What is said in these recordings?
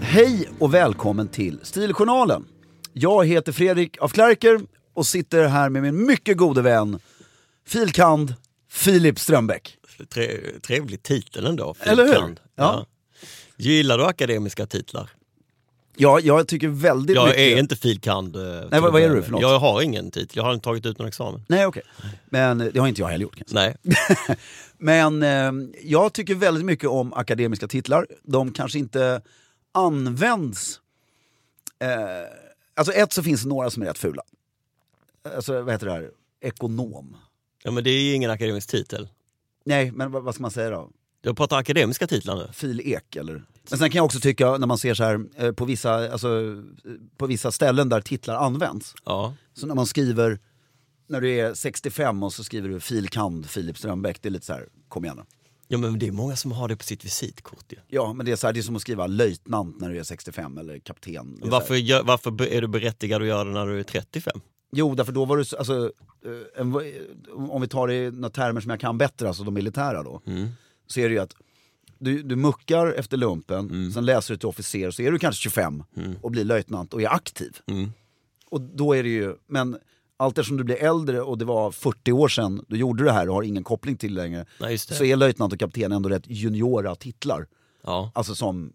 Hej och välkommen till Stiljournalen. Jag heter Fredrik af Klerker och sitter här med min mycket gode vän, filkand Filip Strömbäck. Tre, trevlig titel ändå. Fint Eller hur? land. Ja. Ja. Gillar du akademiska titlar? Ja, jag tycker väldigt Jag mycket... är inte filkand. eh, till vad- vad är du och för med. något? Jag har ingen titel, jag har inte tagit ut någon examen. Nej, okej. Men eh, det har inte jag heller gjort kanske. Nej, Men eh, jag tycker väldigt mycket om akademiska titlar. De kanske inte används... Eh, alltså ett så finns det några som är rätt fula. Alltså vad heter det här? Ekonom. ja, men det är ju ingen akademisk titel. Nej, men vad, vad ska man säga då? Jag pratar akademiska titlar nu. filek eller? Men sen kan jag också tycka när man ser så här eh, på vissa, alltså, eh, på vissa ställen där titlar används. Ja. Så när man skriver, när du är 65 och så skriver du filkand Filip Strömbäck, det är lite så här, kom igen nu. ja, men det är många som har det på sitt visitkort. Ja. Ja, men det är, så här, det är som att skriva löjtnant när du är 65 eller kapten. Det är Så Varför, här, gör, varför be- är du berättigad att göra det när du är 35? jo, därför då var du, så- alltså, eh, en, om vi tar det i några termer som jag kan bättre, alltså de militära då. Mm. Så är det ju att du, du muckar efter lumpen, Mm. sen läser du till officer, så är du kanske 25 och blir löjtnant och är aktiv. Mm. Och då är det ju, men allt eftersom du blir äldre och det var 40 år sedan du gjorde det här och har ingen koppling till det längre. Nej, just det. Så är löjtnant och kapten ändå rätt juniora titlar. Ja. Alltså som,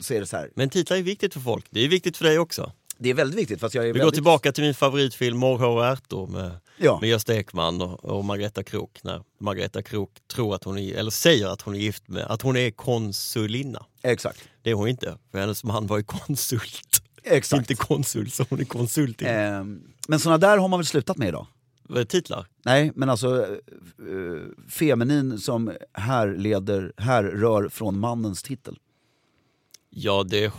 så är det så här. Men titlar är viktigt för folk, det är viktigt för dig också. Det är väldigt viktigt fast jag är Vi går väldigt... tillbaka till min favoritfilm Morrhår och ärtor med, Ja. med Gösta Ekman och, och Margareta Krook. När Margareta Krook tror att hon är, eller säger att hon är gift med, att hon är konsulinna. Exakt. Det är hon inte, för hennes man var ju konsult. Exakt. Inte konsul, så hon är konsult. i Ehm, men sådana där har man väl slutat med idag? Vad är Titlar? Nej, men alltså eh, eh, feminin som härleder, härrör från mannens titel. Ja det,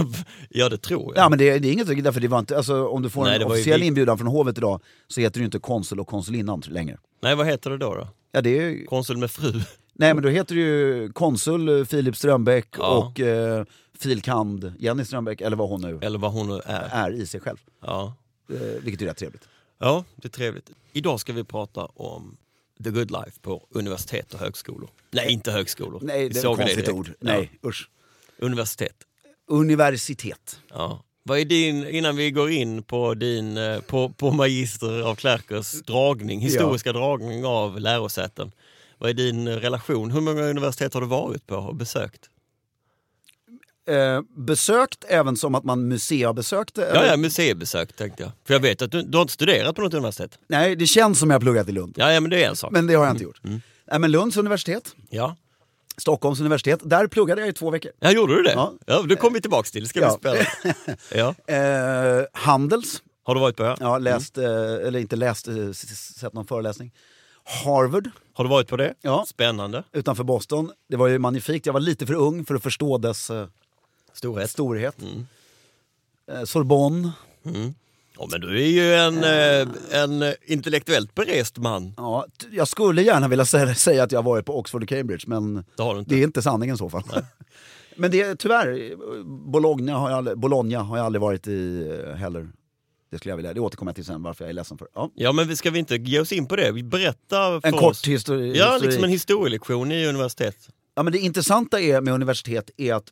ja, det tror jag. Ja men det, det är inget därför det var inte, alltså om du får Nej, det en var ju officiell vi- inbjudan från hovet idag så heter du inte konsul och konsulinnan längre. Nej, vad heter det då? då? Ja det är ju, Konsul med fru? nej men då heter du ju konsul eh, Filip Strömbäck Ja. och eh, filkand Jenny Strömbäck, eller vad hon nu Eller vad hon nu är. är i sig själv. Ja. Eh, vilket är rätt trevligt. ja, det är trevligt. Idag ska vi prata om the good life på universitet och högskolor. Nej, inte högskolor. Eh. Nej, Vi det är såg ett konstigt direkt. ord. Nej, usch. Ja. Universitet. Universitet. Ja. Vad är din, innan vi går in på din, eh, på, på magister av Klerkers dragning, historiska dragning av lärosäten. Vad är din eh, relation? Hur många universitet har du varit på och besökt? Eh, besökt även som att man museabesökte? Ja, eller? ja, museibesök tänkte jag. För jag vet att du, du har inte studerat på något universitet. Nej, det känns som jag har pluggat i Lund. Ja, ja men det är en sak. Men det har jag inte gjort. Mm. Nej, men Lunds universitet, Ja. Stockholms universitet, där pluggade jag i två veckor. ja, gjorde du det? Ja. Ja. det kommer vi tillbaks till. Det ska Ja. bli spännande. Ja. Eh, Handels, Har du varit på? ja, läst, Mm. eh, eller inte läst, eh, s- s- sett någon föreläsning. Harvard, Har du varit på det? Ja. Spännande. utanför Boston. Det var ju magnifikt, jag var lite för ung för att förstå dess eh, Storhet. storhet. Mm. Eh, Sorbonne, Ja, men du är ju en, eh, en intellektuellt berest man. ja, t- jag skulle gärna vilja sä- säga att jag har varit på Oxford och Cambridge, men Det har du inte. det är inte sanningen i så fall. men det är tyvärr, eh, Bologna har, jag aldrig, Bologna har jag aldrig varit i eh, heller. Det skulle jag vilja, det återkommer jag till sen varför jag är ledsen för. Ja. Ja, men vi ska vi inte ge oss in på det? Berätta för En oss. kort histori- Ja, historik. liksom en historielektion i universitet. Ja, men det intressanta är med universitet är att,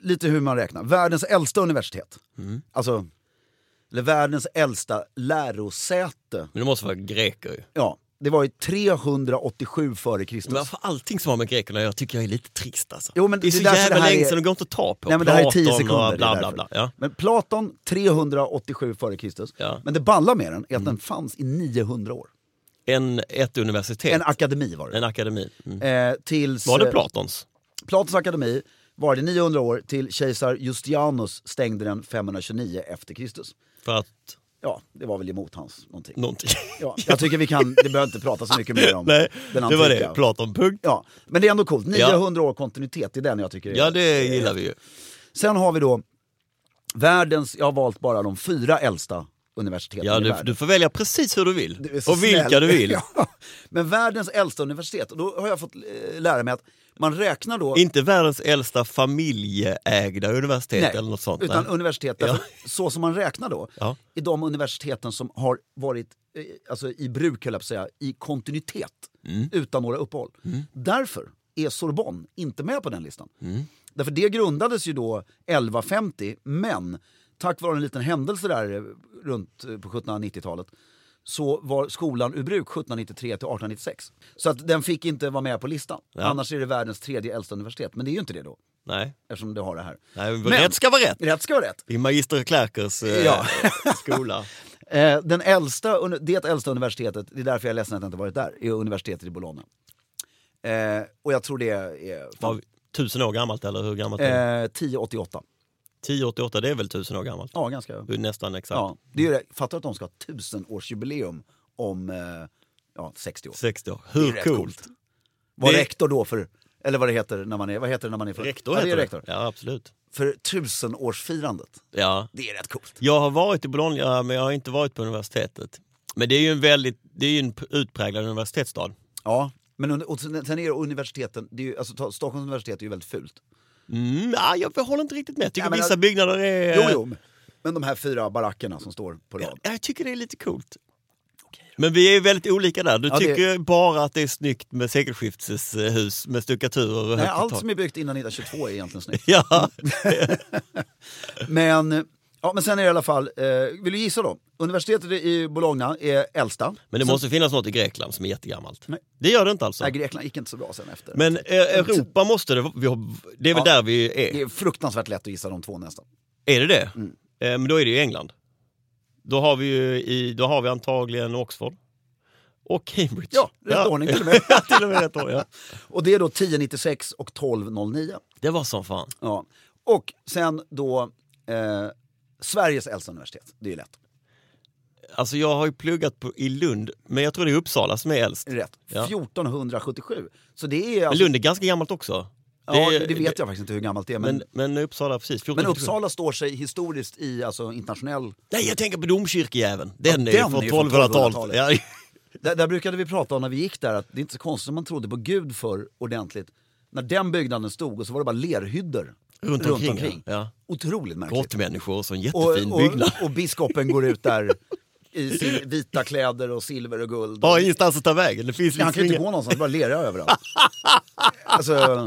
lite hur man räknar, världens äldsta universitet, Mm. alltså, eller världens äldsta lärosäte, Men det måste vara greker ju. ja, det var ju 387 före Kristus. Men för allting som har med grekerna jag tycker jag är lite trist alltså. Jo, men det är det så är därför jävla det här länge är- sedan det går inte att ta på. Nej men det här är 10 Platon och sekunder. det är Bla, bla, bla. därför. Ja. Men Platon 387 före Kristus. Ja. Men det balla med den är att den fanns i 900 år. En, ett universitet, En en, akademi var det. akademi. Mm. Eh, tills, Var det eh, Platons? Platons akademi var det 900 år till kejsar Justianus stängde den 529 efter Kristus. För att Ja, det var väl emot hans någonting. någonting. Ja, jag tycker vi kan, det behöver inte prata så mycket mer om Nej, den det antika. var det. Platon, punkt. Ja, men det är ändå coolt. Ja. 900 år kontinuitet, det är den jag tycker är... Ja, det gillar vi ju. Sen har vi då världens, jag har valt bara de fyra äldsta universiteten Ja, i du, världen. du får välja precis hur du vill Du är så och vilka snäll. du vill. Ja. Men världens äldsta universitet, och då har jag fått eh, lära mig att man räknar då... Inte världens äldsta familjeägda universitet Nej, eller något sånt. Utan nej. universitet, Ja. därför- så som man räknar då, Ja. i de universiteten som har varit eh, alltså, i bruk, höll jag på att säga, i kontinuitet, Mm. utan några uppehåll. Därför är Sorbonne inte med på den listan. Mm. Därför det grundades ju då 1150, men tack vare en liten händelse där eh, runt eh, på 1790-talet så var skolan ur bruk 1793 till 1896. Så att den fick inte vara med på listan. Annars är det världens tredje äldsta universitet, men det är ju inte det då. Nej. Eftersom det har det här. Nej, men Men- rätt ska vara rätt. Rätt ska vara rätt. I Magister Klerkers eh, Ja. skola. Eh, den äldsta, uni- det äldsta universitetet, det är därför jag är ledsen att jag inte varit där, är universitetet i Bologna. Eh, och jag tror det är fan, Var tusen år gammalt eller hur gammalt är det? eh, 1088. 1088, det är väl tusen år gammalt? Ja, ganska. Det är Nästan exakt. Ja, det är ju det. Fattar att de ska ha tusenårsjubileum om eh, ja, 60 år. 60 år. Det är Hur rätt coolt? Var Det- rektor då för, eller vad det heter när man är, vad heter det när man är för? Rektor ja, det heter är det. rektor. Ja, absolut. För tusenårsfirandet. Ja. Det är rätt coolt. Jag har varit i Bologna men jag har inte varit på universitetet. Men det är ju en väldigt, det är ju en utpräglad universitetsstad. Ja, men under, och sen sen är det universiteten, det är ju, alltså, ta- Stockholms universitet är ju väldigt fult. Mm, nej, jag håller inte riktigt med. Jag tycker Ja, men- vissa byggnader är... Jo, jo. Men de här fyra barackerna som står på rad. Eh, Ja, Jag tycker det är lite coolt. Men vi är väldigt olika där. Du Ja, det- tycker bara att det är snyggt med sekelskifteshus med stuckaturer och högt Nej, i allt tak. som är Mm. byggt innan 1922 är egentligen snyggt. Ja, Men, ja, men sen är det i alla fall, eh, vill du gissa då? Universitetet i Bologna är äldsta. men det måste finnas något i Grekland som är jättegammalt. Nej. Det gör det inte alltså. Nej, Grekland gick inte så bra sen efter. Men eh, Europa måste det vi har, Det är väl Ja. där vi det Mm. är? är fruktansvärt lätt att gissa de två nästan. Är det det? Eh, men då är det ju England. Då har vi ju i, då har vi antagligen Oxford. Och Cambridge. Ja, rätt ordning till och med. Ja, till och med rätt ordning, ja. Och det är då 1096 och 1209. Det var som fan. Ja. Och sen då eh, Sveriges äldsta universitet. Det är ju lätt. Alltså jag har ju pluggat på, i Lund, men jag tror det är Uppsala som är äldst. Rätt. Ja. 1477. Så det är Men alltså, Lund är ganska gammalt också. ja, är- det vet jag faktiskt inte hur gammalt det är. Men, Men, men, men Uppsala, precis. 14, Uppsala står sig historiskt i alltså, internationell Nej, jag tänker på domkyrkojäveln. Den, Ja, är den från är ju från 1200-talet. 1200-talet. Ja, Där, där brukade vi prata om när vi gick där att det är inte så konstigt om man trodde på Gud för ordentligt. När den byggnaden stod och så var det bara lerhyddor Runt omkring, ja. Otroligt märkligt. Grottmänniskor, så en Och, jättefin och, byggnad. och biskopen går ut där i sin vita kläder och silver och guld. Har ingenstans att ta vägen. Det finns Han kan liksom ju inte inga- gå någonstans, det är bara lera överallt. Alltså,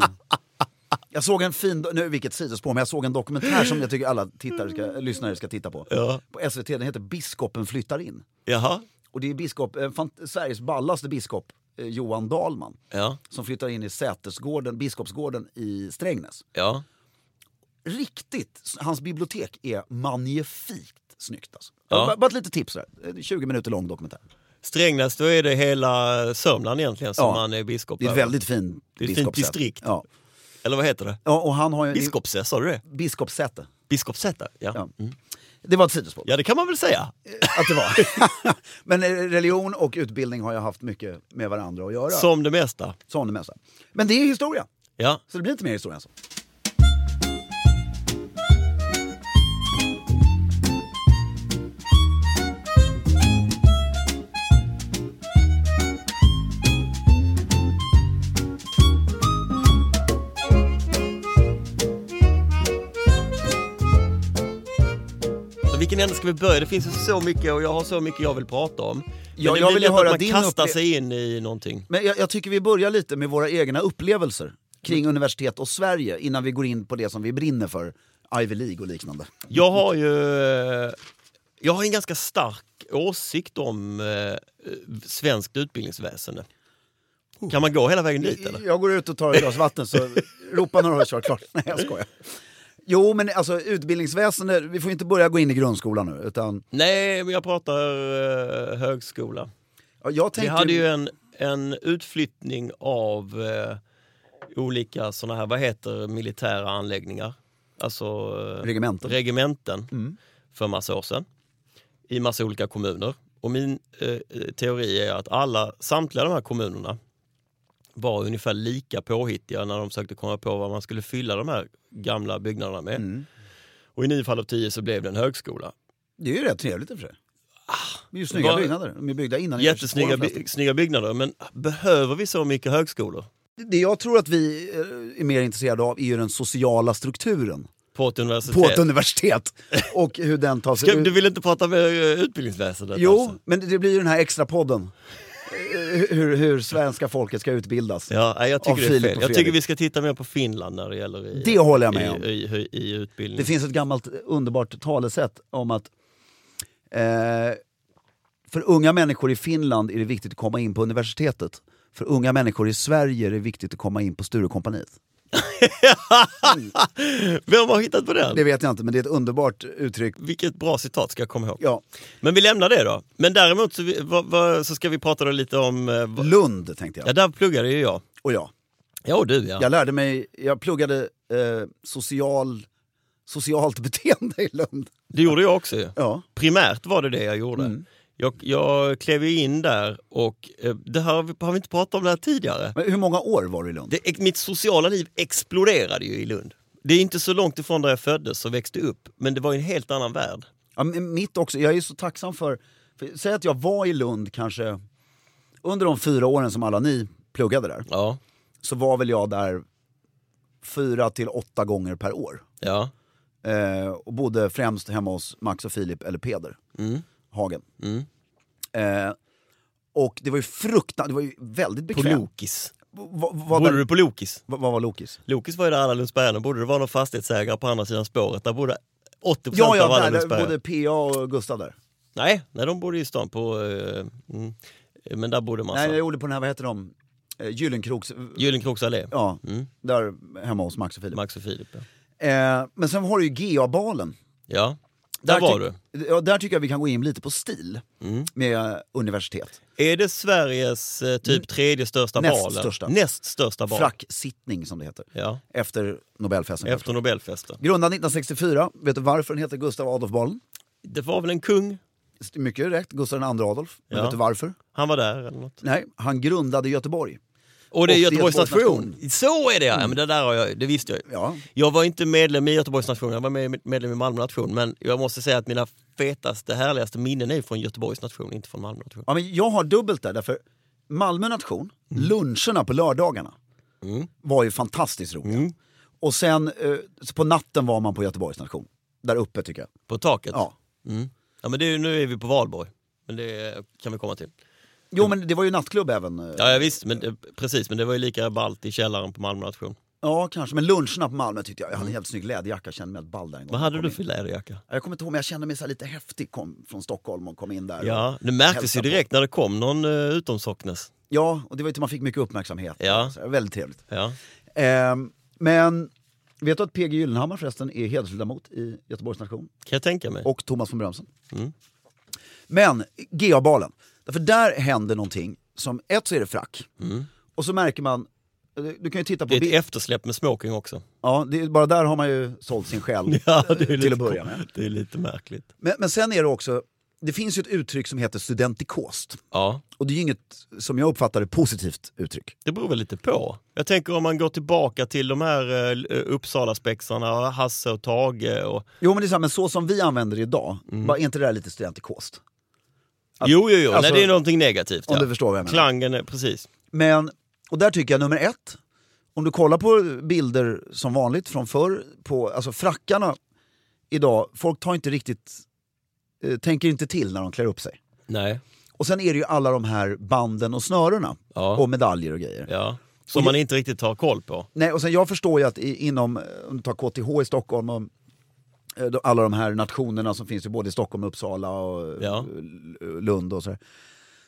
jag såg en fin, nu vilket sidospår, men jag såg en dokumentär som jag tycker alla tittare ska, lyssnare ska titta på. Ja. På SVT, den heter Biskopen flyttar in. Jaha. Och det är biskop, eh, fan, Sveriges ballaste biskop eh, Johan Dalman Ja, som flyttar in i Sätersgården, Biskopsgården i Strängnäs. ja. Riktigt, hans bibliotek är magnifikt snyggt alltså. Ja. Bara, bara ett litet tips där. 20 minuter lång dokumentär. Strängnäs, då är det hela Sörmland egentligen som Ja. han är biskop Det är ett över. väldigt fin Det är ett fint biskopssäte. distrikt. Ja. Eller vad heter det? ja, och han har ju... Biskopsä, sa du det? Biskopssäte. Biskopssäta? Ja. Ja. Ja. Det var ett sidospår. det kan man väl säga. Att det var. Men eh, religion och utbildning har ju haft mycket med varandra att göra. Som det mesta. Sa ni med så här. Men det är historia. Ja. Så det blir inte mer historia än så. Men vilken ände ska vi börja? Det finns ju så mycket och jag har så mycket jag vill prata om. Men Ja, det jag blir vill lätt höra att man din kastar upple- sig in i någonting. Men jag, jag tycker vi börjar lite med våra egna upplevelser kring universitet och Sverige innan vi går in på det som vi brinner för, Ivy League och liknande. Jag har ju... eh, Jag har en ganska stark åsikt om eh, svenskt utbildningsväsende. Kan man gå hela vägen dit eller? Jag går ut och tar ett glas vatten så ropa när du har kört klart. Nej, jag skojar. Jo, men alltså utbildningsväsendet, vi får inte börja gå in i grundskolan nu. Utan, Nej, men jag pratar eh, högskola. ja, jag Vi tänker, hade ju en, en utflyttning av eh, olika såna här, vad heter militära anläggningar? Alltså eh, Regementen. Mm. regementen för massa år sedan i massa olika kommuner. Och min eh, teori är att alla, samtliga de här kommunerna var ungefär lika påhittiga när de försökte komma på vad man skulle fylla de här gamla byggnaderna med. Mm. Och i nio fall av tio så blev det en högskola. Det är ju rätt trevligt i och för sig. Det är ju snygga Bara- byggnader. De är byggda innan Ah, Jättesnygga universitetsåren by- snygga byggnader, men behöver vi så mycket högskolor? förresten. Det jag tror att vi eh, är mer intresserade av är ju den sociala strukturen På ett universitet? på ett universitet och hur den tar sig Ska, du ut. vill inte prata med eh, utbildningsväsendet? Jo, Alltså? men det blir ju den här extra podden. Eh, Hur, hur svenska folket ska utbildas. Ja, nej, jag Av tycker det är Filip fel. och Jag tycker Fredrik. vi ska titta mer på Finland när det gäller i, Det håller jag med om. i, i, i, i utbildning. Det finns ett gammalt underbart talesätt om att eh, för unga människor i Finland är det viktigt att komma in på universitetet. För unga människor i Sverige är det viktigt att komma in på Sturecompagniet. Vem har hittat på den? Det vet jag inte, men det är ett underbart uttryck. Vilket bra citat ska jag komma ihåg. Ja, Men vi lämnar det då. Men däremot så, vi, vad- vad- så ska vi prata då lite om... eh, vad- Lund tänkte Ja, jag. där pluggade ju jag. Och jag. Ja, och du ja. Jag lärde mig, jag pluggade eh, social, socialt beteende i Lund. Det gjorde jag också ju. Ja. Mm. Primärt var det det jag gjorde. Jag, jag klev ju in där och eh, det här har vi- har vi inte pratat om det här tidigare. Men hur många år var du i Lund? Det, mitt sociala liv exploderade ju i Lund. Det är inte så långt ifrån där jag föddes och växte upp, men det var ju en helt annan värld. Ja, men mitt också. Jag är så tacksam för, för... Säg att jag var i Lund kanske under de fyra åren som alla ni pluggade där. Ja, Så var väl jag där fyra till åtta gånger per år. ja, Eh, och bodde främst hemma hos Max och Filip eller Peder Hagen. Eh, och det var ju fruktansvärt, det var ju väldigt på bekvämt. Lokis. Vad va, Bodde va, du på Lokis? va, var Lokis? Lokis var ju där alla Lundsbergarna bodde. Det var någon fastighetsägare på andra sidan spåret. Där bodde 80 Ja, av alla ja, där, där, Lundsbergare. både PA och Gustav där. Nej, nej, de bodde i stan på... eh, mm, men där bodde massa. Nej, jag gjorde på den här, vad heter de? Eh, Gyllenkroks... Gyllenkroks allé. Ja, där hemma hos Max och Filip. Max och Filip. Ja, Eh, men sen har du ju GA-balen. ja där, var du. Mm. du. Ja, där tycker jag vi kan gå in lite på stil med universitet. Är det Sveriges eh, typ tredje största Mm. Näst val? största. Näst största val. Fracksittning som det heter. Ja, Efter Nobelfesten. efter Nobelfesten. Grundad 1964. Vet du varför den heter Gustav Adolfbalen? Det var väl en kung? Mycket rätt, Gustav II Adolf. Men Ja. vet du varför? Han var där eller något. Nej, han grundade Göteborg. Och det är Och det är Göteborgs Göteborgs nation. Så är det ja! Men det, där har jag, det visste jag ju. Ja. Jag var inte medlem i Göteborgs nation, jag var med, medlem i Malmö nation. Men jag måste säga att mina fetaste, härligaste minnen är från Göteborgs nation, inte från Malmö nation. Ja, men jag har dubbelt där, därför Malmö nation, Mm. luncherna på lördagarna var ju fantastiskt roliga. Mm. Och sen eh, så på natten var man på Göteborgs nation. Där uppe tycker jag. På taket. Ja. Mm. ja men det är, ju- nu är vi på valborg. Men det kan vi komma till. Jo men det var ju nattklubb även. eh, Ja, ja visst, men det, precis. Men det var ju lika ballt i källaren på Malmö nation. Ja, kanske. Men luncherna på Malmö tyckte jag, jag hade en jävligt snygg läderjacka, kände mig helt ball där en gång. Vad hade Kom du in. för läderjacka? Ja, Jag kommer inte ihåg, men jag kände mig så här lite häftig kom från Stockholm och kom in där. Ja, det märktes märktes ju ju direkt när det kom någon eh, utomsocknes. Ja, och det var ju till man fick mycket uppmärksamhet. Ja. Så det var väldigt trevligt. Ja. Ehm, men vet du att PG Gyllenhammar förresten är hedersledamot i Göteborgs nation? Kan jag tänka mig. Och Thomas von Brömsen. Mm. Men GA-balen, därför där händer någonting som, ett så är det frack. Och så märker man, du kan ju titta på Mm. det är ett bild- eftersläpp med smoking också. Ja, det är, bara där har man ju sålt sin själ till att börja med. Det är lite märkligt. Men, men sen är det också, det finns ju ett uttryck som heter studentikost. Ja, Och det är ju inget, som jag uppfattar det, positivt uttryck. det beror väl lite på. Jag tänker om man går tillbaka till de här eh, Uppsalaspexarna, Hasse och Tage och... Jo men det är så, här, men så som vi använder det idag, Mm. bara, är inte det där lite studentikost? Att- jo, jo, jo. Nej, alltså, det är någonting negativt. om ja. du förstår vad jag menar. Klangen, är, precis. Men, och där tycker jag nummer ett, om du kollar på bilder som vanligt från förr, på, alltså frackarna idag, folk tar inte riktigt, eh, tänker inte till när de klär upp sig. Nej. Och sen är det ju alla de här banden och snörena Ja. och medaljer och grejer. Ja. Som man inte riktigt har koll på. Nej, och sen jag förstår ju att i, inom, eh, om du tar KTH i Stockholm och eh, de- alla de här nationerna som finns ju både i Stockholm, Uppsala och eh, Ja. L- Lund och så här.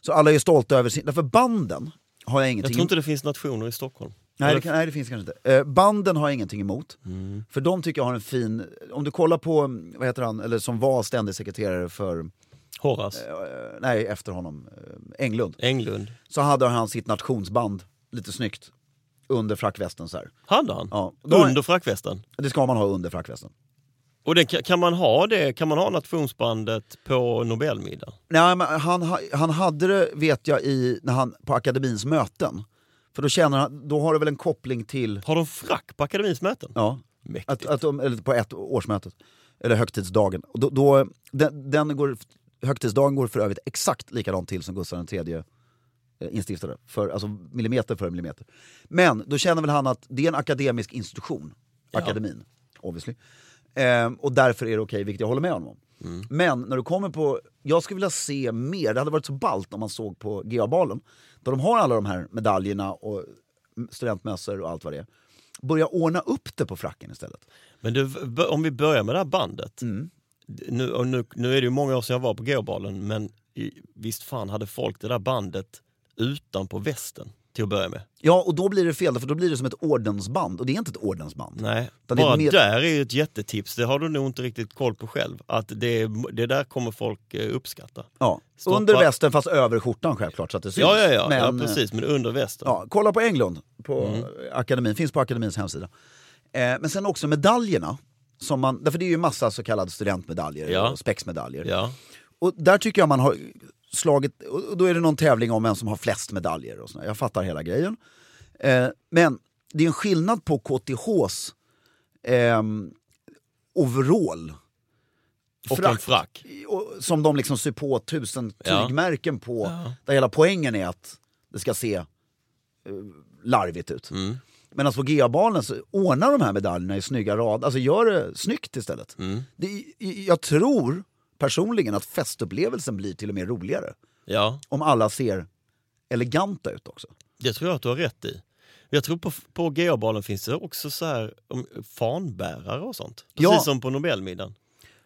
Så alla är ju stolta över sin, därför banden har jag Jag ingenting tror inte det finns nationer i Stockholm. Nej det, kan, nej, det finns kanske inte. Eh, banden har jag ingenting emot. Mm. För de tycker jag har en fin... Om du kollar på, mm, vad heter han, eller som var ständig sekreterare för... Horace, eh, nej, efter honom. eh, Englund. Englund. Så hade han sitt nationsband, lite snyggt, under frackvästen så här. Hade han? Ja. Under frackvästen? Det ska man ha under frackvästen. Och det, ka- kan man ha det? Kan man ha nationsbandet på Nobelmiddagen? Nej, men han, ha- han hade det, vet jag, i, när han, på akademins möten. För då känner han, då har det väl en koppling till... Har de frack på akademins möten? Ja. Mäktigt. Att, att de, eller på ett årsmötet, eller högtidsdagen. Och då, då, den, den går, högtidsdagen går för övrigt exakt likadant till som Gustav III eh, instiftade. För, alltså millimeter för millimeter. Men då känner väl han att det är en akademisk institution, akademin, obviously. Ehm, och därför är det okej, vilket jag håller med honom om. Mm. Men när du kommer på, jag skulle vilja se mer, det hade varit så ballt om man såg på GA-balen. Där de har alla de här medaljerna och studentmössor och allt vad det är. Börja ordna upp det på fracken istället. Men du, b- om vi börjar med det här bandet. Mm. Nu, och nu, nu är det ju många år sedan jag var på gåbalen, men i, visst fan hade folk det där bandet utanpå västen till att börja med? Ja, och då blir det fel, för då blir det som ett ordensband. Och det är inte ett ordensband. Nej, Utan det är bara mer- där är ju ett jättetips. Det har du nog inte riktigt koll på själv. Att det, det där kommer folk eh, uppskatta. Ja. Stoppa- Under västen, fast över skjortan självklart, så att det syns. Ja, ja, ja, Men, eh, ja precis. Men under västen. Ja, kolla på Englund på Mm. akademin, finns på akademins hemsida. Eh, men sen också medaljerna. Som man, därför det är ju massa så kallade studentmedaljer Ja. och spexmedaljer. Ja. Och där tycker jag man har slagit, och då är det någon tävling om vem som har flest medaljer och sådär. Jag fattar hela grejen. Eh, men det är en skillnad på KTHs ehm, overall Och en Frack. frack. och, som de liksom syr på tusen Ja. tygmärken på. Där hela poängen är att det ska se eh, larvigt ut. Mm. Medan på GA-balen så ordnar de här medaljerna i snygga rad. Alltså gör det snyggt istället. Mm. Det, jag tror personligen att festupplevelsen blir till och med roligare. Ja, Om alla ser eleganta ut också. det tror jag att du har rätt i. Jag tror på, på GH-balen finns det också så här om, fanbärare och sånt. Precis Ja. som på Nobelmiddagen.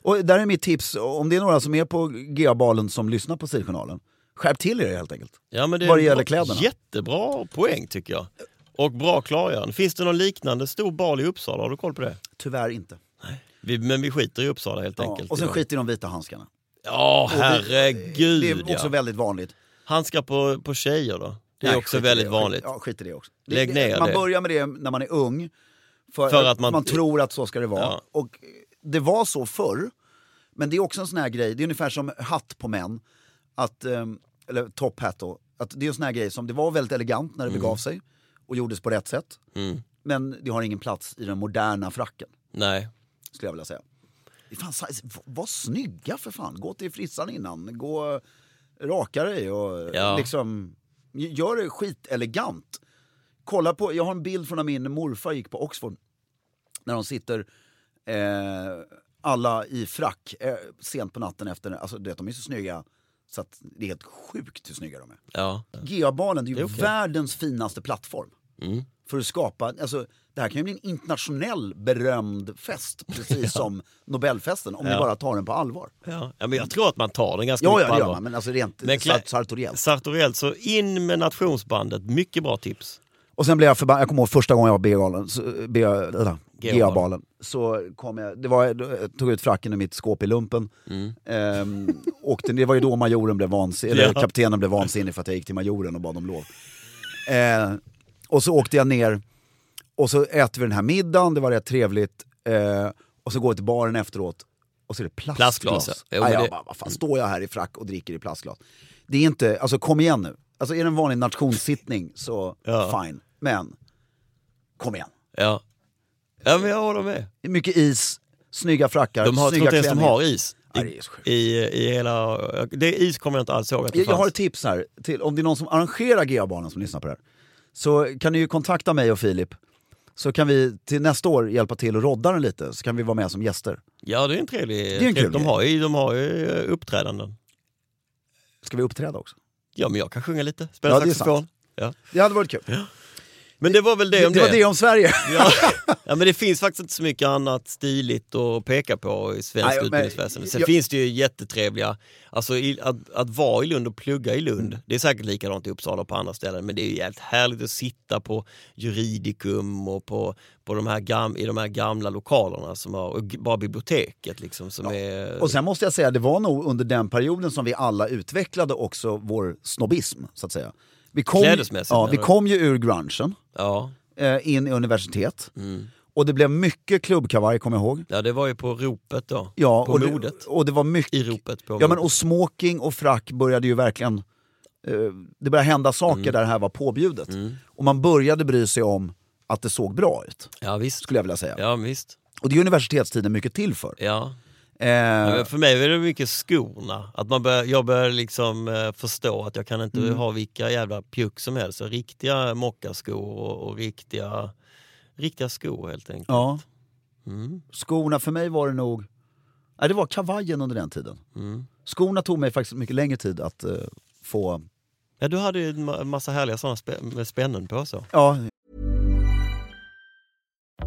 Och där är mitt tips, om det är några som är på GA-balen som lyssnar på Stiljournalen. Skärp till er helt enkelt. Ja, men det Vad är det gäller bra- kläderna. Jättebra poäng tycker jag. Och bra klargörande. Finns det någon liknande stor bal i Uppsala? Har du koll på det? Tyvärr inte. Vi, men vi skiter i Uppsala helt Ja, enkelt. och sen Ja. skiter i de vita handskarna. Ja, Det, herregud det är också ja. väldigt vanligt. Handskar på, på tjejer då? Det är Nej, också skit i väldigt det. vanligt. Ja, skit i det också. Lägg det, ner man det. börjar med det när man är ung. För, För att att man- man... tror att så ska det vara. Ja. Och det var så förr. Men det är också en sån här grej, det är ungefär som hatt på män. Att, ehm, eller top hat då. Att det är en sån här grej som, det var väldigt elegant när det Mm. begav sig. Och gjordes på rätt sätt. Men det har ingen plats i den moderna fracken. Nej. Skulle jag vilja säga. Det är Fan, size- v- var snygga för fan. Gå till frissan innan. Gå raka dig och Ja. liksom gör det skitelegant. Kolla på, jag har en bild från när min morfar gick på Oxford. När de sitter eh, alla i frack eh, sent på natten efter. Alltså du vet, de är så snygga så att det är helt sjukt hur snygga de är. Ja. GA-balen, det är ju okej. världens finaste plattform. för att skapa, alltså det här kan ju bli en internationell berömd fest, precis som Nobelfesten, om ni bara tar den på allvar. Ja. ja, men jag tror att man tar den ganska Ja, mycket ja, på det allvar. gör man, men alltså rent Men Cla- sart- sartoriellt. Sartoriellt, så in med nationsbandet. Mycket bra tips. Och sen blev jag förbannad, jag kommer ihåg första gången jag var BA-galen, så- BA äh, GA-balen, så kom jag, det var, jag tog ut fracken ur mitt skåp i lumpen. Mm. Ehm, och det, det var ju då majoren blev vansinnig, eller Ja. kaptenen blev vansinnig för att jag gick till majoren och bad om lov. Eh, och så åkte jag ner, och så äter vi den här middagen, det var rätt trevligt. Eh, och så går jag till baren efteråt, och så är det plastglas. Plastglas, ja. Jo, Nej, men jag det- bara, vad fan, står jag här i frack och dricker i plastglas? Det är inte, alltså kom igen nu. Alltså är det en vanlig nationssittning så Ja. fine. Men, kom igen. Ja. ja, men jag håller med. Det är Mycket is, snygga frackar, De har, tror snygga inte ens de klänningar. har is. Ja, det är så sjukt. I, i hela... Det is kommer jag inte alls ihåg att det Jag, jag har ett fanns. tips här, till, om det är någon som arrangerar GA-barnen som lyssnar på det här. Så kan ni ju kontakta mig och Filip. Så kan vi till nästa år hjälpa till och rodda den lite, så kan vi vara med som gäster. Ja, det är en trevlig... är en kul de, grej. har ju, de har ju eh, uppträdanden. Ska vi uppträda också? Ja, men jag kan sjunga lite. Spela Ja, det är saxofon. Ja. Det hade varit kul. Men det var väl det Det, om var det om Sverige. Ja. ja, men det finns faktiskt inte så mycket annat stiligt att peka på i svensk Nej, men- utbildningsväsende. Sen jag- finns det ju jättetrevliga, alltså i, att, att vara i Lund och plugga i Mm. Lund, det är säkert likadant i Uppsala och på andra ställen, men det är ju jävligt härligt att sitta på juridikum och på, på de här gam, i de här gamla lokalerna som har, och g- bara biblioteket liksom som är... Och sen måste jag säga, det var nog under den perioden som vi alla utvecklade också vår snobbism, så att säga. Vi kom, Klädesmässigt, ja, vi eller? kom ju ur grungen ja, eh, in i universitet. Mm. Och det blev mycket klubbkavaj, kommer jag ihåg. ja, det var ju på ropet då, Ja, på och modet. Det, och det var mycket... I ropet på Ja, men modet. och smoking och frack började ju verkligen... eh, det började hända saker Mm. där det här var påbjudet. Och man började bry sig om att det såg bra ut, Ja, visst. skulle jag vilja säga. Ja, visst. Och det är universitetstiden mycket till för. Ja, Eh, Ja, men för mig var det mycket skorna. Att man bör, jag började liksom eh, förstå att jag kan inte Mm. ha vilka jävla pjuck som helst. Så Riktiga mockaskor och, och riktiga, riktiga skor helt enkelt. Ja. Skorna för mig var det nog... Nej, det var kavajen under den tiden. Skorna tog mig faktiskt mycket längre tid att eh, få... Ja, du hade ju en ma- massa härliga sådana spä- med spännen på så. Ja,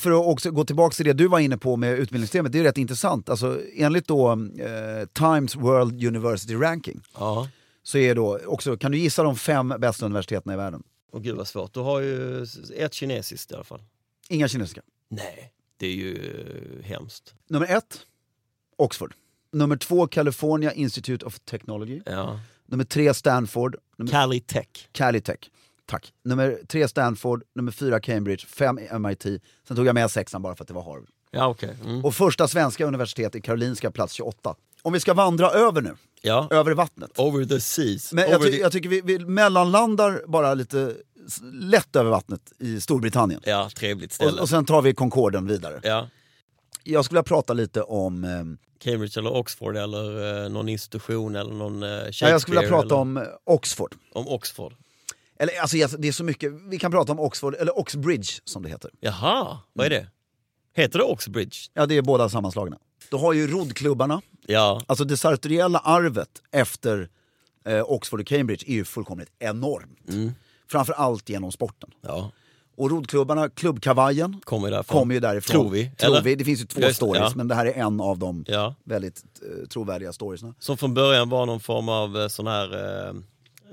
för att också gå tillbaka till det du var inne på med utbildningssystemet, det är rätt intressant. Alltså, enligt då, eh, Times World University Ranking Ja. så är då också, kan du gissa de fem bästa universiteten i världen? Och gud vad svårt. Du har ju ett kinesiskt i alla fall. Inga kinesiska. Nej, det är ju eh, hemskt. Nummer ett, Oxford. Nummer två, California Institute of Technology. Ja. Nummer tre, Stanford. Nummer Calitech. Calitech. Tack. Nummer tre Stanford, nummer fyra Cambridge, fem MIT. Sen tog jag med sexan bara för att det var Harvard. Ja, okej. Mm. Och första svenska universitet är Karolinska, plats 28. Om vi ska vandra över nu, Ja. över vattnet. Over the seas. Men jag, Over ty- the... jag tycker vi, vi mellanlandar bara lite s- lätt över vattnet i Storbritannien. Ja, trevligt Och, ställe. och sen tar vi Concorden vidare. Ja. Jag skulle vilja prata lite om... Eh, Cambridge eller Oxford eller eh, någon institution eller någon eh, Shakespeare. ja, jag skulle vilja prata eller, om eh, Oxford. om Oxford. Eller alltså, yes, det är så mycket. Vi kan prata om Oxford, eller Oxbridge som det heter. Jaha, vad Mm. är det? Heter det Oxbridge? Ja, det är båda sammanslagna. Du har ju roddklubbarna. Ja, Alltså det sartoriella arvet efter eh, Oxford och Cambridge är ju fullkomligt enormt. Mm. Framförallt genom sporten. ja. Och roddklubbarna, klubbkavajen, kommer därifrån. kommer ju därifrån. Tror vi. Tror eller? vi. Det finns ju två Just- stories, ja. men det här är en av de Ja. väldigt eh, trovärdiga storiesna. Som från början var någon form av eh, sån här, eh,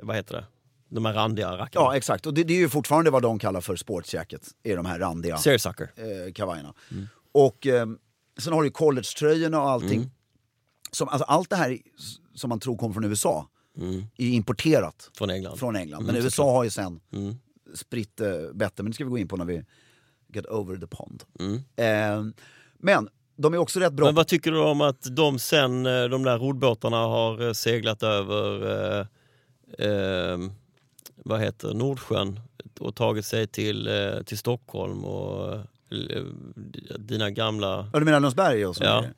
vad heter det? De här randiga rackarna. Ja, exakt. Och det, det är ju fortfarande vad de kallar för sportsjacket. Är de här randiga Seersucker. eh, kavajerna. Mm. Och eh, sen har du ju collegetröjorna och allting. Mm. Som, alltså, allt det här i- s- som man tror kommer från USA Mm. är importerat Från England. från England. Men USA har ju sen spritt eh, bättre, men det ska vi gå in på när vi get over the pond. Eh, men de är också rätt bra. Men vad tycker du om att de sen, eh, de där roddbåtarna har eh, seglat över eh, eh, vad heter det, Nordsjön och tagit sig till, eh, till Stockholm och eh, dina gamla... Ja, du menar Lundsberg och så? Ja. Ja.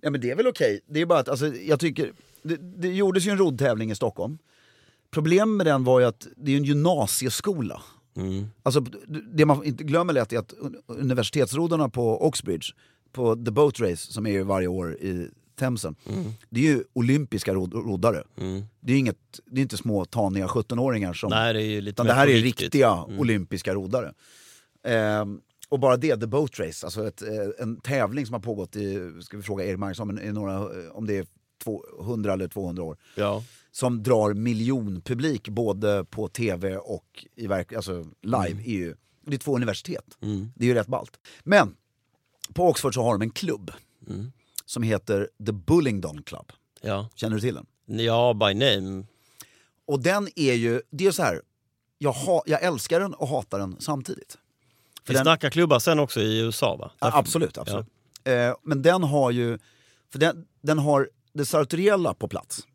ja men det är väl okej. Det är bara att, alltså, jag tycker, det, det gjordes ju en roddtävling i Stockholm. Problemet med den var ju att det är en gymnasieskola. Mm. Alltså, det man inte glömmer lätt är att un- universitetsroddarna på Oxbridge, på The Boat Race som är ju varje år i Themsen, Mm. det är ju olympiska rod- roddare. Det, är inget, det är inte små taniga 17-åringar som... Nej, det är ju lite utan mer det här på är riktigt. Mm. riktiga olympiska roddare. Ehm, och bara det, The Boat Race, alltså ett, eh, en tävling som har pågått i, ska vi fråga Erik Magnusson, men i några, eh, om det är 200 eller 200 år. Ja. Som drar miljonpublik både på tv och i verk, alltså live. Mm. Är ju, det är två universitet, det är ju rätt ballt. Men på Oxford så har de en klubb Mm. som heter The Bullingdon Club. Ja. Känner du till den? ja, by name. Och den är ju, det är så här, jag, ha, jag älskar den och hatar den samtidigt. Vi den- snackar klubbar sen också i USA va? Ja, Därför- absolut, absolut. Eh, men den har ju, för den, den har det sartoriella på plats.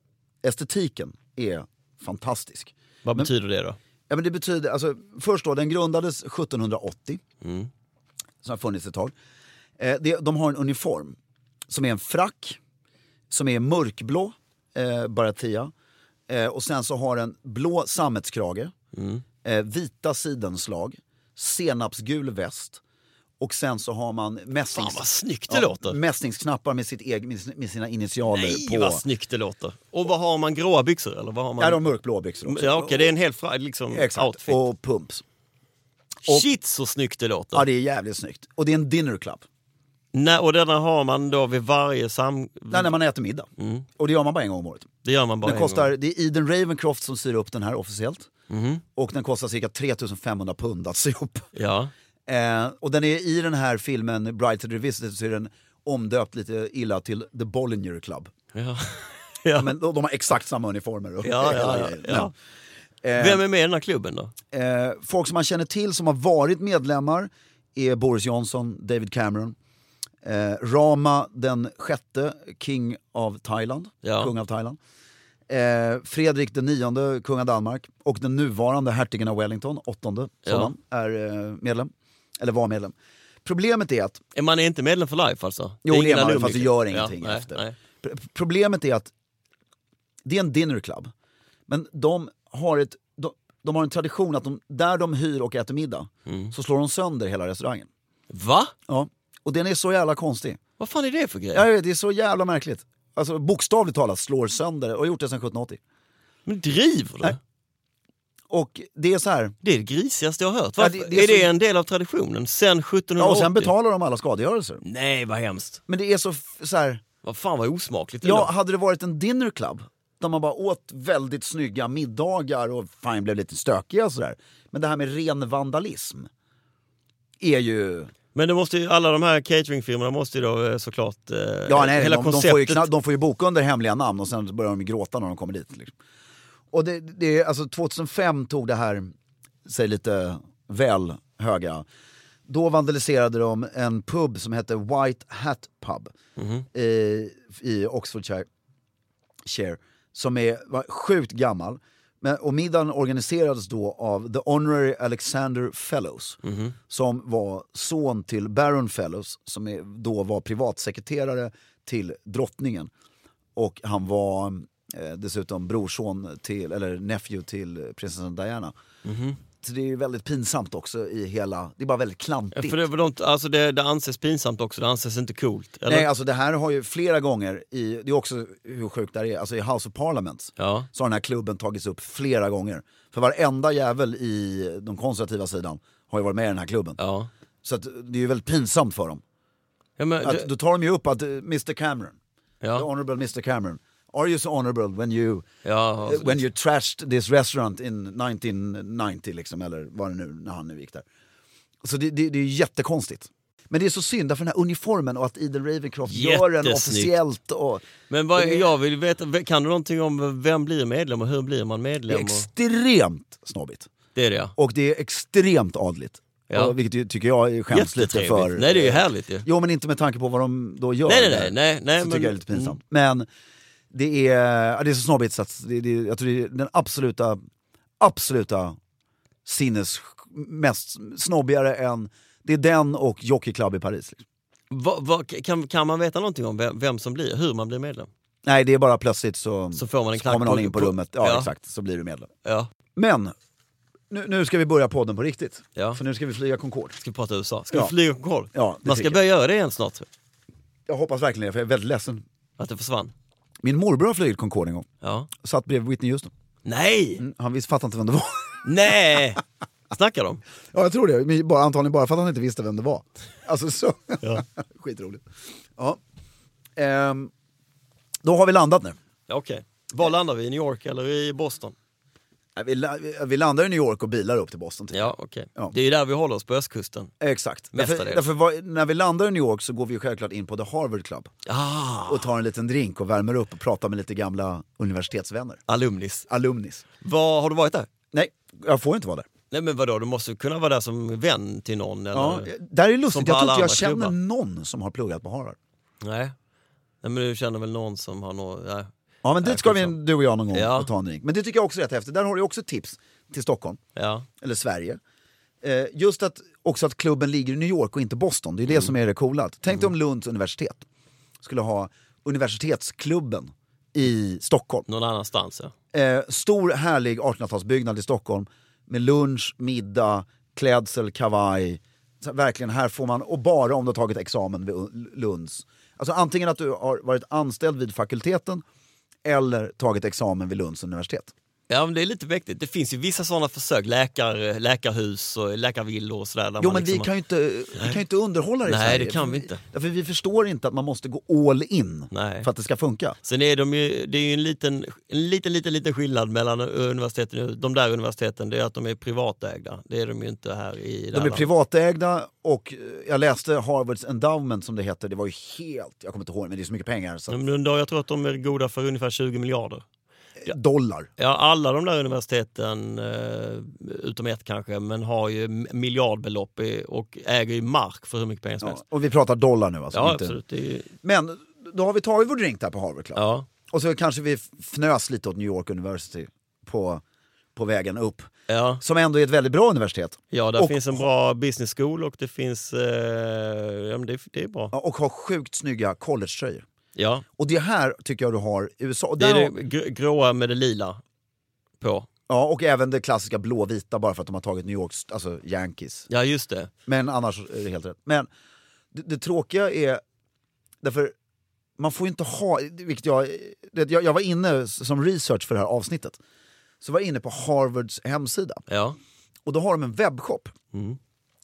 Estetiken är fantastisk. Vad betyder det då? Ja, men det betyder, alltså, först då, den grundades 1780. Mm. Som har funnits ett tag. Eh, det, de har en uniform som är en frack, som är mörkblå, eh, baratia. Eh, och sen så har den blå sammetskrage, Mm. eh, vita sidenslag, senapsgul väst. Och sen så har man mässings... Fan, vad snyggt det låter. Mässingsknappar med, sitt egen, med sin- med sina initialer Nej, på. vad snyggt det låter! Och vad har man? Gråa byxor eller vad har man? Ja, de har mörkblå byxor också. Ja, okej, det är en hel fra- liksom, Exakt, outfit. och pumps. Shit så snyggt det låter! Ja, det är jävligt snyggt. Och det är en dinner club. Nej, och denna har man då vid varje sam... Nej, när man äter middag. Och det gör man bara en gång om året. Det gör man bara Den Mm. en kostar, gång. det är Eden Ravencroft som syr upp den här officiellt. Mm. Och den kostar cirka 3500 pund att sy upp. Ja. Eh, och den är i den här filmen Bride to the Visited så är den omdöpt lite illa till The Bollinger Club. ja. Eh. ja. Men de, de har exakt samma uniformer och Ja, hela ja, ja, grejen. ja. Men, eh, Vem är med i den här klubben då? eh, folk som man känner till som har varit medlemmar är Boris Johnson, David Cameron, eh, Rama den sjätte, king av Thailand, Ja. kung av Thailand. Eh, Fredrik den nionde, kung av Danmark och den nuvarande hertigen av Wellington, åttonde, sådan, är eh, medlem. Eller var medlem. Problemet är att, Eh, Man är inte medlem för life alltså? jo det är ingen man, alumni- fast det gör ingenting ja, nej, efter. Nej. Pr- Problemet är att det är en dinner club. Men de har, ett, de, de har en tradition att de, där de hyr och äter middag Mm. så slår de sönder hela restaurangen. Va? Ja. Och den är så jävla konstig. Vad fan är det för grej? Ja, Jag vet, det är så jävla märkligt. Alltså bokstavligt talat slår sönder och har gjort det sedan 1780. Men driver du? Nej. Och det är så här, Det är det grisigaste jag har hört. Ja, Varför? det- det är, är så- det en del av traditionen? Sen 1780? ja, och sen betalar de alla skadegörelser. Nej, vad hemskt. Men det är så, f- så här, Vad fan vad osmakligt det ja låter. hade det varit en dinner club där man bara åt väldigt snygga middagar och fan blev lite stökiga och sådär. Men det här med ren vandalism är ju... Men det måste ju, alla de här cateringfirmorna måste ju då eh, såklart... Eh, Ja, nej, hela de, de, konceptet. får ju kna- de får ju boka under hemliga namn och sen börjar de ju gråta när de kommer dit. Liksom. Och det, det är, alltså 2005 tog det här sig lite väl höga. Då vandaliserade de en pub som hette White Hat Pub Mhm. i, i Oxfordshire. Share, som är var sjukt gammal. Men, och middagen organiserades då av The Honorary Alexander Fellows Mhm. som var son till Baron Fellows som är, då var privatsekreterare till drottningen. Och han var eh, dessutom brorson till, eller nephew till prinsessan Diana. Mhm. Så det är ju väldigt pinsamt också i hela, det är bara väldigt Ja, klantigt. För det, för de, alltså det, det anses pinsamt också, det anses inte coolt. Eller? Nej, alltså det här har ju flera gånger, i, det är också hur sjukt det här är, alltså i House of Parliament Ja. så har den här klubben tagits upp flera gånger. För varenda jävel i den konservativa sidan har ju varit med i den här klubben. ja. Så att, det är ju väldigt pinsamt för dem. Ja, men, Att, det, då tar de ju upp att eh, Mr Cameron, the ja. honorable Mr Cameron, Are you so honorable when you, Ja, alltså eh, when you trashed this restaurant in 1990 liksom, eller vad det nu, när han nu gick där. Så det, det, det är jättekonstigt. Men det är så synd, för den här uniformen och att Eden Ravencroft gör den Jättesnyggt. officiellt. Och, Men vad, Det är- jag vill veta, kan du någonting om vem blir medlem och hur blir man det är medlem? Och, extremt snobbigt. det är det ja. Och det är extremt adligt. Ja. Och, vilket ju, tycker jag är skäms lite för. eh, Nej det är ju härligt ju. Jo men inte med tanke på vad de då gör. Nej, nej, där. nej, nej, nej, så men- Mm. tycker jag är lite pinsamt. Men det är, ja, det är så snobbigt så att det, det, jag tror det är den absoluta, absoluta sinnes, mest snobbigare än, det är den och Jockey Club i Paris. Liksom. Vad- vad- kan, kan man veta någonting om vem, vem som blir, hur man blir medlem? Nej det är bara plötsligt så, Så får man en knack kommer någon på- in på på- rummet, ja, ja. exakt, så blir du medlem. Ja, Men, nu, nu ska vi börja podden på riktigt. Ja. För nu ska vi flyga Concorde. ska vi prata USA? Ska Ja. vi flyga koll? Ja, det tycker man ska jag. börja göra det igen snart. Jag hoppas verkligen det, för jag är väldigt ledsen. Att det försvann. Min morbror har flugit Concorde en gång. Ja. Satt bredvid Whitney Houston. Nej! Han visste, fattade inte vem det var. Nej! Snackar de? Ja, jag tror det. Men bara, antagligen bara för att han inte visste vem det var. Alltså så. Skitroligt. Ja. Ehm, då har vi landat nu. Ja, Okej. Var landar vi? I New York eller i Boston? Ja, Äh, Vi, la- vi landar i New York och bilar upp till Boston. Typ. Ja, okej. Ja. Det är ju där vi håller oss, på östkusten. Exakt. Därför, Mestadels. därför var, när vi landar i New York så går vi ju självklart in på The Harvard Club. Ah, Och tar en liten drink och värmer upp och pratar med lite gamla universitetsvänner. alumnis. Alumnis. Var, har du varit där? Nej, jag får inte vara där. Nej men vadå, du måste kunna vara där som vän till någon eller? Ja, där är det Som lustigt. på Jag tror alla inte jag andra känner klubbar. någon som har pluggat på Harvard. Nej. Nej men du känner väl någon som har något, nej. Ja men Nej, dit ska vi, skitsamma. du och jag någon gång Ja. och ta en drink. Men det tycker jag också är rätt häftigt. Där har du också tips till Stockholm, Ja. eller Sverige. Eh, just att, också att klubben ligger i New York och inte Boston. Det är det som är det coola. Tänk dig om Lunds universitet skulle ha universitetsklubben i Stockholm. Någon annanstans ja. Eh, stor härlig 1800-talsbyggnad i Stockholm med lunch, middag, klädsel, kavaj. Så verkligen, här får man, och bara om du har tagit examen vid Lunds. Alltså antingen att du har varit anställd vid fakulteten eller tagit examen vid Lunds universitet. Ja men det är lite mäktigt. Det finns ju vissa sådana försök, läkar, läkarhus och läkarvillor och sådär. där Jo man men liksom vi kan ju inte, vi kan ju inte underhålla det i Nej, Sverige. det kan vi inte. Därför vi förstår inte att man måste gå all in Nej. för att det ska funka. Sen är de ju, det är ju en liten, en liten, liten, liten skillnad mellan universiteten, de där universiteten, det är att de är privatägda. Det är de ju inte här i det De här är landet. privatägda och eh, jag läste Harvards endowment som det heter, det var ju helt, jag kommer inte ihåg men det är så mycket pengar så att, Men då- Jag tror att de är goda för ungefär 20 miljarder. eh, dollar. Ja, alla de där universiteten, eh, utom ett kanske, men har ju m- miljardbelopp i, och äger ju mark för hur mycket pengar som Ja, helst. och vi pratar dollar nu alltså? Ja, inte... absolut. Det är ju, Men då har vi tagit vår drink där på Harvard Club. ja. Och så kanske vi fnös lite åt New York University på, på vägen upp. Ja, Som ändå är ett väldigt bra universitet. ja där Och- finns en bra business school och det finns... Eh, ja, men det, det är bra. Ja, Och har sjukt snygga collegetröjor. Ja, Och det här tycker jag du har i USA. Och, det där är det har, gr- gråa med det lila på. ja, och även det klassiska blåvita bara för att de har tagit New Yorks, alltså Yankees. Ja, just det. Men annars är det helt rätt. Men det, det tråkiga är, därför man får ju inte ha, vilket jag, det, jag, jag var inne som research för det här avsnittet. Så var jag inne på Harvards hemsida. Ja. Och då har de en webbshop.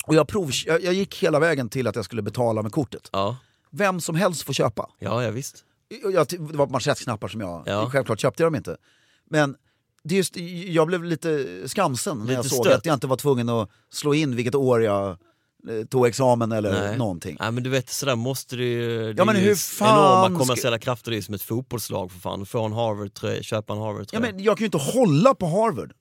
Och jag, prov, jag, jag gick hela vägen till att jag skulle betala med kortet. Ja, Vem som helst får köpa. ja, ja visst. Jag, jag, det var manschettknappar som jag... Ja. Självklart köpte jag dem inte. Men det är just, jag blev lite skamsen när Lite jag såg stött. att jag inte var tvungen att slå in vilket år jag eh, tog examen eller Eh, någonting. Nej men du vet sådär måste du ju... Det Ja, men är ju hur s- fan enorma ska- kommersiella krafter, det är ju som ett fotbollslag för fan. Få en Harvard-tröja, köpa en Ja, Harvard-tröja. men jag kan ju inte hålla på Harvard.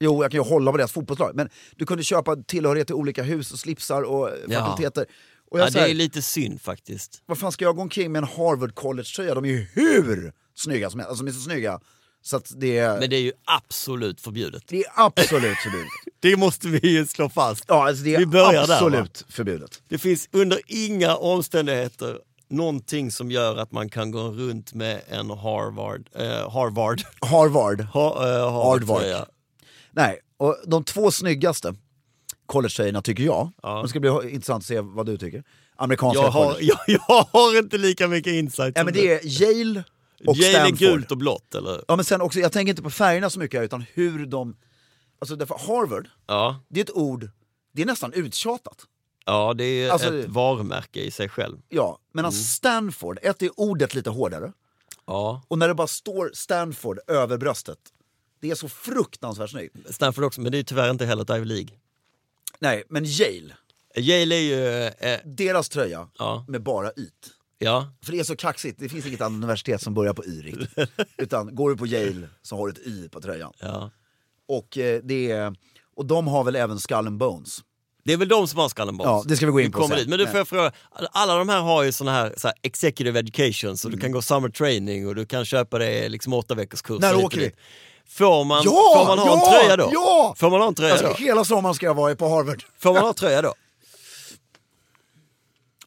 Jo, jag kan ju hålla på deras fotbollslag. Men du kunde köpa tillhörighet till olika hus och slipsar och eh, Ja. fakulteter. Och ja, jag det så här- är lite synd faktiskt. vad fan ska jag gå omkring med en Harvard College-tröja? De är ju hur snygga som helst. Alltså de är så snygga. Så att det är, Men det är ju absolut förbjudet. det är absolut förbjudet. Det måste vi ju slå fast. Ja, alltså det Vi är börjar där, absolut förbjudet. Det finns under inga omständigheter någonting som gör att man kan gå runt med en Harvard... Eh, Harvard. Harvard. Ha, eh, Harvard-tröja. Hardvark. Nej, och de två snyggaste college-tröjorna tycker jag. Det ska bli intressant att se vad du tycker. Amerikanska Alltså, Jag har, college. jag, jag har inte lika mycket insight Ja, som men du. det är Yale och Yale är Stanford. gult och blått eller? Ja, men sen också, jag tänker inte på färgerna så mycket här, utan hur de... Alltså därför Harvard, Ja, det är ett ord, det är nästan uttjatat. ja det är Alltså- ett varumärke i sig själv. Mm. Ja, men alltså Stanford, ett är ordet lite hårdare. Ja. Och när det bara står Stanford över bröstet. Det är så fruktansvärt snyggt. Stanford också, men det är tyvärr inte heller ett Ivy League. Nej, men Yale, Yale är ju... Eh, deras tröja Ja. med bara yt. ja, För det är så kaxigt, det finns inget annat universitet som börjar på y riktigt. Utan går du på Yale så har du ett y på tröjan. ja. Och, eh, det är, och de har väl även Skull and Bones. Det är väl de som har skallen Bones? Ja, det ska vi gå in på kommer sen. dit. Men du får jag fråga, alla de här har ju såna här, så här executive education, så Mm. du kan gå summer training och du kan köpa dig liksom åtta veckors kurs. När och lite åker vi? dit. Får man, Ja, får man ha ja, en tröja då? ja! Får man ha en tröja Alltså, då? hela sommaren ska jag vara på Harvard. Får man ha en tröja då?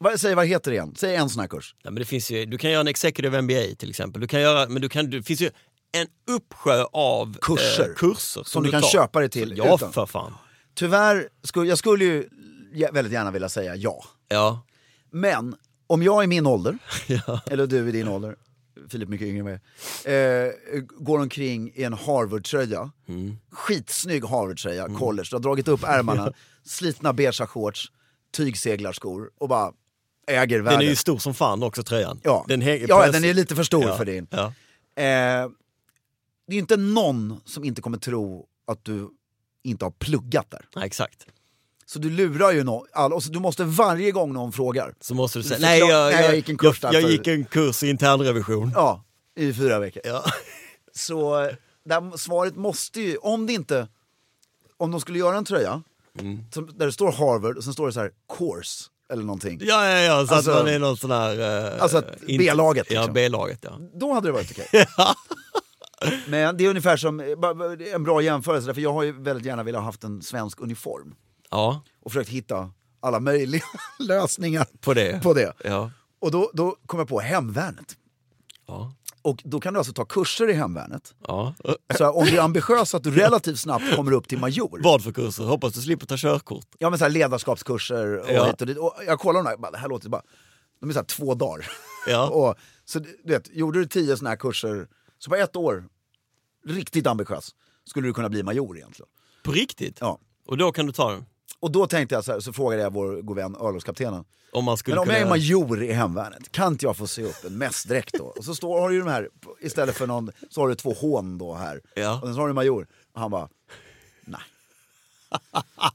Vad, säg vad heter det igen? Säg en sån här kurs. Nej, men det finns ju, du kan göra en executive MBA till exempel. Du kan göra, men du kan, det finns ju en uppsjö av Kurser. eh, kurser som, du kan tar. köpa dig till Ja, utan. för fan. Tyvärr, skulle, jag skulle ju gä- väldigt gärna vilja säga ja. Ja. Men om jag i min ålder, eller du i din ålder, Filip mycket yngre än mig, eh, går omkring i en Harvard-tröja, Mm. skitsnygg Harvard-tröja, college, du har dragit upp ärmarna, slitna beiga shorts, tygseglarskor och bara äger världen. Den är ju stor som fan också tröjan. Ja, Den hänger ja press- den är lite för stor Ja, för din. Ja. Eh, det är ju inte någon som inte kommer tro att du inte har pluggat där. Nej, exakt. Så du lurar ju någon. all- och så Du måste varje gång någon frågar. Så måste du säga, Förklara- nej jag, nej, jag gick en kurs där jag, jag för- gick en kurs i internrevision. Ja, i fyra veckor. Ja. Så eh, där, svaret måste ju, om det inte... Om de skulle göra en tröja som, där det står Harvard och sen står det så här course eller någonting. Ja, ja, ja, så Alltså- att man är någon sån här... eh, Alltså att inte- B-laget, Ja, liksom. B-laget ja. Då hade det varit okej. Men det är ungefär som, eh, bara- bara- det är en bra jämförelse, därför jag har ju väldigt gärna velat ha haft en svensk uniform. Ja, och försökt hitta alla möjliga lösningar På det. På det. Ja. Och då, då kom jag på hemvärnet. ja, Och då kan du alltså ta kurser i hemvärnet. ja. Eh, Så här, om du är ambitiös att du relativt snabbt kommer upp till major. Vad för kurser? Hoppas du slipper ta körkort. Ja men så här ledarskapskurser och Ja. hit och dit. Och jag kollar de där, bara, det här låter bara... De är så här två dagar. Ja. och, så du du vet, gjorde du tio såna här kurser, så på ett år, riktigt ambitiös, skulle du kunna bli major egentligen. På riktigt? Ja. Och då kan du ta den? Och då tänkte jag så här, så frågade jag vår god vän örlogskaptenen. Om man skulle Men om kunna... jag är major i hemvärnet, kan inte jag få se upp en mässdräkt då? Och så står, har du ju de här, istället för någon, så har du två hån då här. Ja. Och sen så har du major. Och han bara, nej.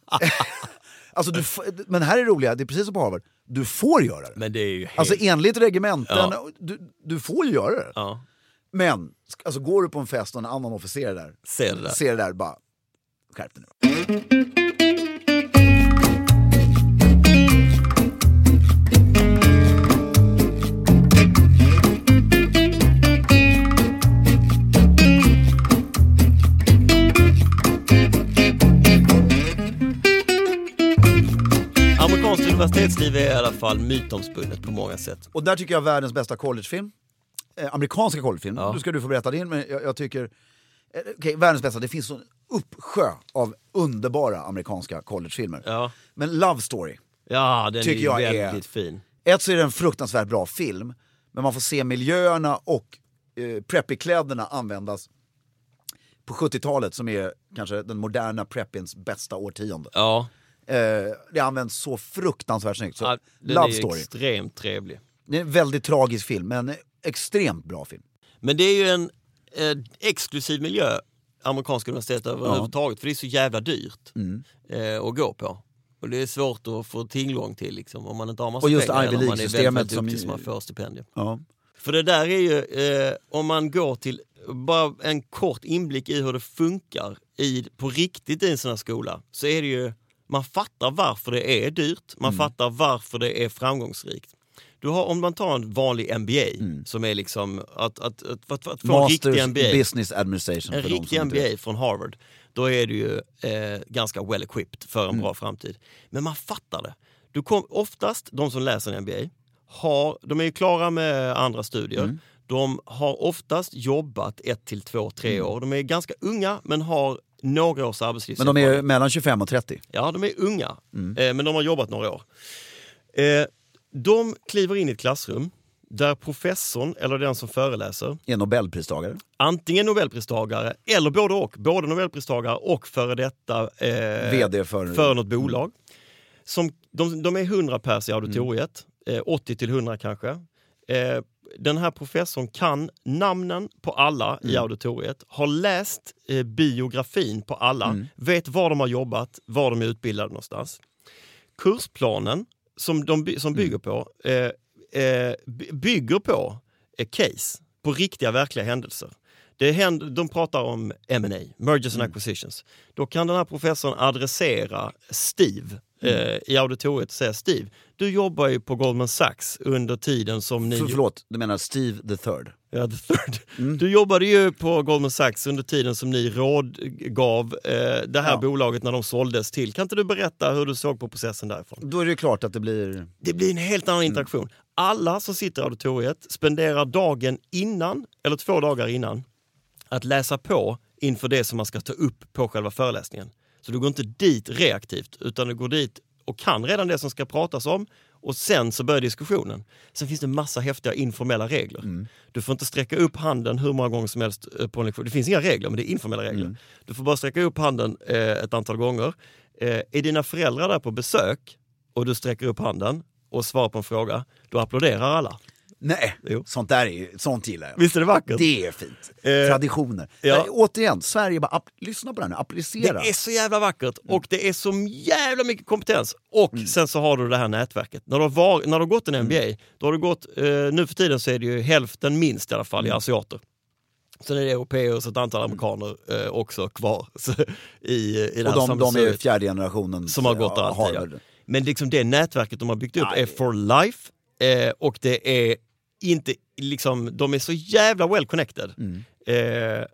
alltså, du, f- men här är det roliga, det är precis som på Harvard, du får göra det. Men det är ju helt... Alltså enligt regementen, Ja. du, du får ju göra det. ja. Men sk- alltså, går du på en fest och en annan officer där, Ser det där. ser det där bara, skärp dig nu. Amerikanskt universitetsliv är i alla fall mytomspunnet på många sätt. Och där tycker jag världens bästa collegefilm, eh, amerikanska collegefilm, Ja. nu ska du få berätta din, men jag, jag tycker, eh, okej världens bästa, det finns en uppsjö av underbara amerikanska collegefilmer. Ja. Men Love Story, Ja, den Tycker är jag ju är- väldigt fin. ett så är det en fruktansvärt bra film, men man får se miljöerna och eh, preppy-kläderna användas på 70-talet som är kanske den moderna preppins bästa årtionde. Ja, Eh, det används så fruktansvärt snyggt. Så, ja, den Love är ju Story, extremt trevlig. det är en väldigt tragisk film, men extremt bra film. Men det är ju en eh, exklusiv miljö, amerikanska universitet överhuvudtaget, för det är så jävla dyrt Mm. eh, att gå på. Och det är svårt att få tillgång till liksom, om man inte har massa Och just pengar Ivy eller om man är League-systemet väldigt som duktig ju- som man får stipendium. Ja. För det där är ju, eh, om man går till, bara en kort inblick i hur det funkar i, på riktigt i en sån här skola, så är det ju, man fattar varför det är dyrt, man fattar varför det är framgångsrikt. Du har, om man tar en vanlig MBA, som är liksom att, att, att, att, att få en Masters riktig MBA, Business Administration. en för de riktig som inte vet. MBA från Harvard, då är du ju eh, ganska well equipped för en Mm. bra framtid. Men man fattar det. Du kom, oftast de som läser en MBA, har, de är ju klara med andra studier. Mm. De har oftast jobbat ett till två, tre Mm. år. De är ganska unga men har några års arbetslivserfarenhet. Men de är ju Mm. mellan 25 och 30. Ja, de är unga, eh, men de har jobbat några år. Eh, de kliver in i ett klassrum där professorn, eller den som föreläser, Är Nobelpristagare. antingen Nobelpristagare eller både och. Både Nobelpristagare och före detta eh, VD för- för något bolag. Som, de, de är 100 pers i auditoriet, eh, 80 till 100 kanske. Eh, den här professorn kan namnen på alla i auditoriet, har läst eh, biografin på alla, vet var de har jobbat, var de är utbildade någonstans. Kursplanen som de by- Mm. som bygger på eh, eh, by- bygger på eh, case, på riktiga verkliga händelser. Det händer, de pratar om M&A, mergers Mm. and acquisitions. Då kan den här professorn adressera Steve Mm. eh, i auditoriet och säga Steve, du jobbar ju på Goldman Sachs under tiden som ni... För, förlåt, Mm. du menar Steve the third? Ja, the third. Du jobbade ju på Goldman Sachs under tiden som ni råd gav eh, det här Ja. bolaget när de såldes till. Kan inte du berätta hur du såg på processen därifrån? Då är det ju klart att det blir... Det blir en helt annan interaktion. Alla som sitter i auditoriet spenderar dagen innan, eller två dagar innan, att läsa på inför det som man ska ta upp på själva föreläsningen. Så du går inte dit reaktivt, utan du går dit och kan redan det som ska pratas om och sen så börjar diskussionen. Sen finns det massa häftiga informella regler. Du får inte sträcka upp handen hur många gånger som helst eh, på en lektion. Det finns inga regler, men det är informella regler. Du får bara sträcka upp handen eh, ett antal gånger. Eh, är dina föräldrar där på besök och du sträcker upp handen och svarar på en fråga, då applåderar alla. Nej, Jo. sånt där är ju, sånt gillar jag. Visst är det vackert? Eh, Det är fint. Traditioner. ja. Nej, återigen, Sverige bara, app, lyssna på det här nu, applicera. Det är så jävla vackert Mm. och det är så jävla mycket kompetens. Och sen så har du det här nätverket. När du har, var, när du har gått Mm. en MBA, då har du gått, eh, nu för tiden så är det ju hälften minst i alla fall i Mm. asiater. Sen är det europeer och så ett antal amerikaner eh, också kvar så, i, i det här Och de, de är ju sammelsuriet fjärde generationen som har gått där alltid. Ja. Harvard. Men liksom det nätverket de har byggt upp är for life eh, och det är inte liksom, de är så jävla well connected. Mm. Eh,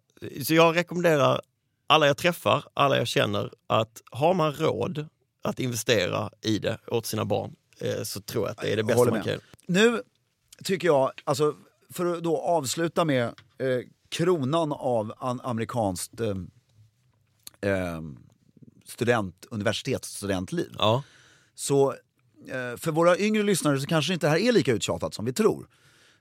så jag rekommenderar alla jag träffar, alla jag känner att har man råd att investera i det åt sina barn eh, så tror jag att det är det bästa håller man med. kan göra. Nu tycker jag, alltså, för att då avsluta med eh, kronan av an- amerikanskt eh, eh, student, universitetsstudentliv. Ja. Så eh, för våra yngre lyssnare så kanske inte det här är lika uttjatat som vi tror.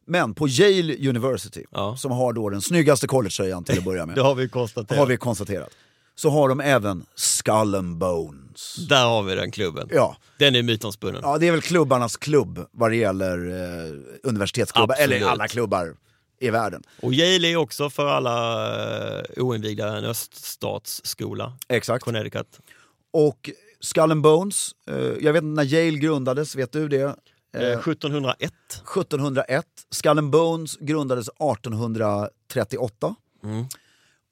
Men på Yale University, Ja. som har då den snyggaste collegetröjan till att börja med, Det har vi konstaterat. har vi konstaterat. Så har de även Skull and Bones. Där har vi den klubben. Ja. Den är mytomspunnen. Ja, det är väl klubbarnas klubb vad det gäller eh, universitetsklubbar, Absolut. eller alla klubbar i världen. Och Yale är också för alla eh, oinvigda en öststatsskola. Exakt. Connecticut. Och Skull and Bones, eh, jag vet inte när Yale grundades, vet du det? Eh, 1701. 1701. Skull and Bones grundades 1838.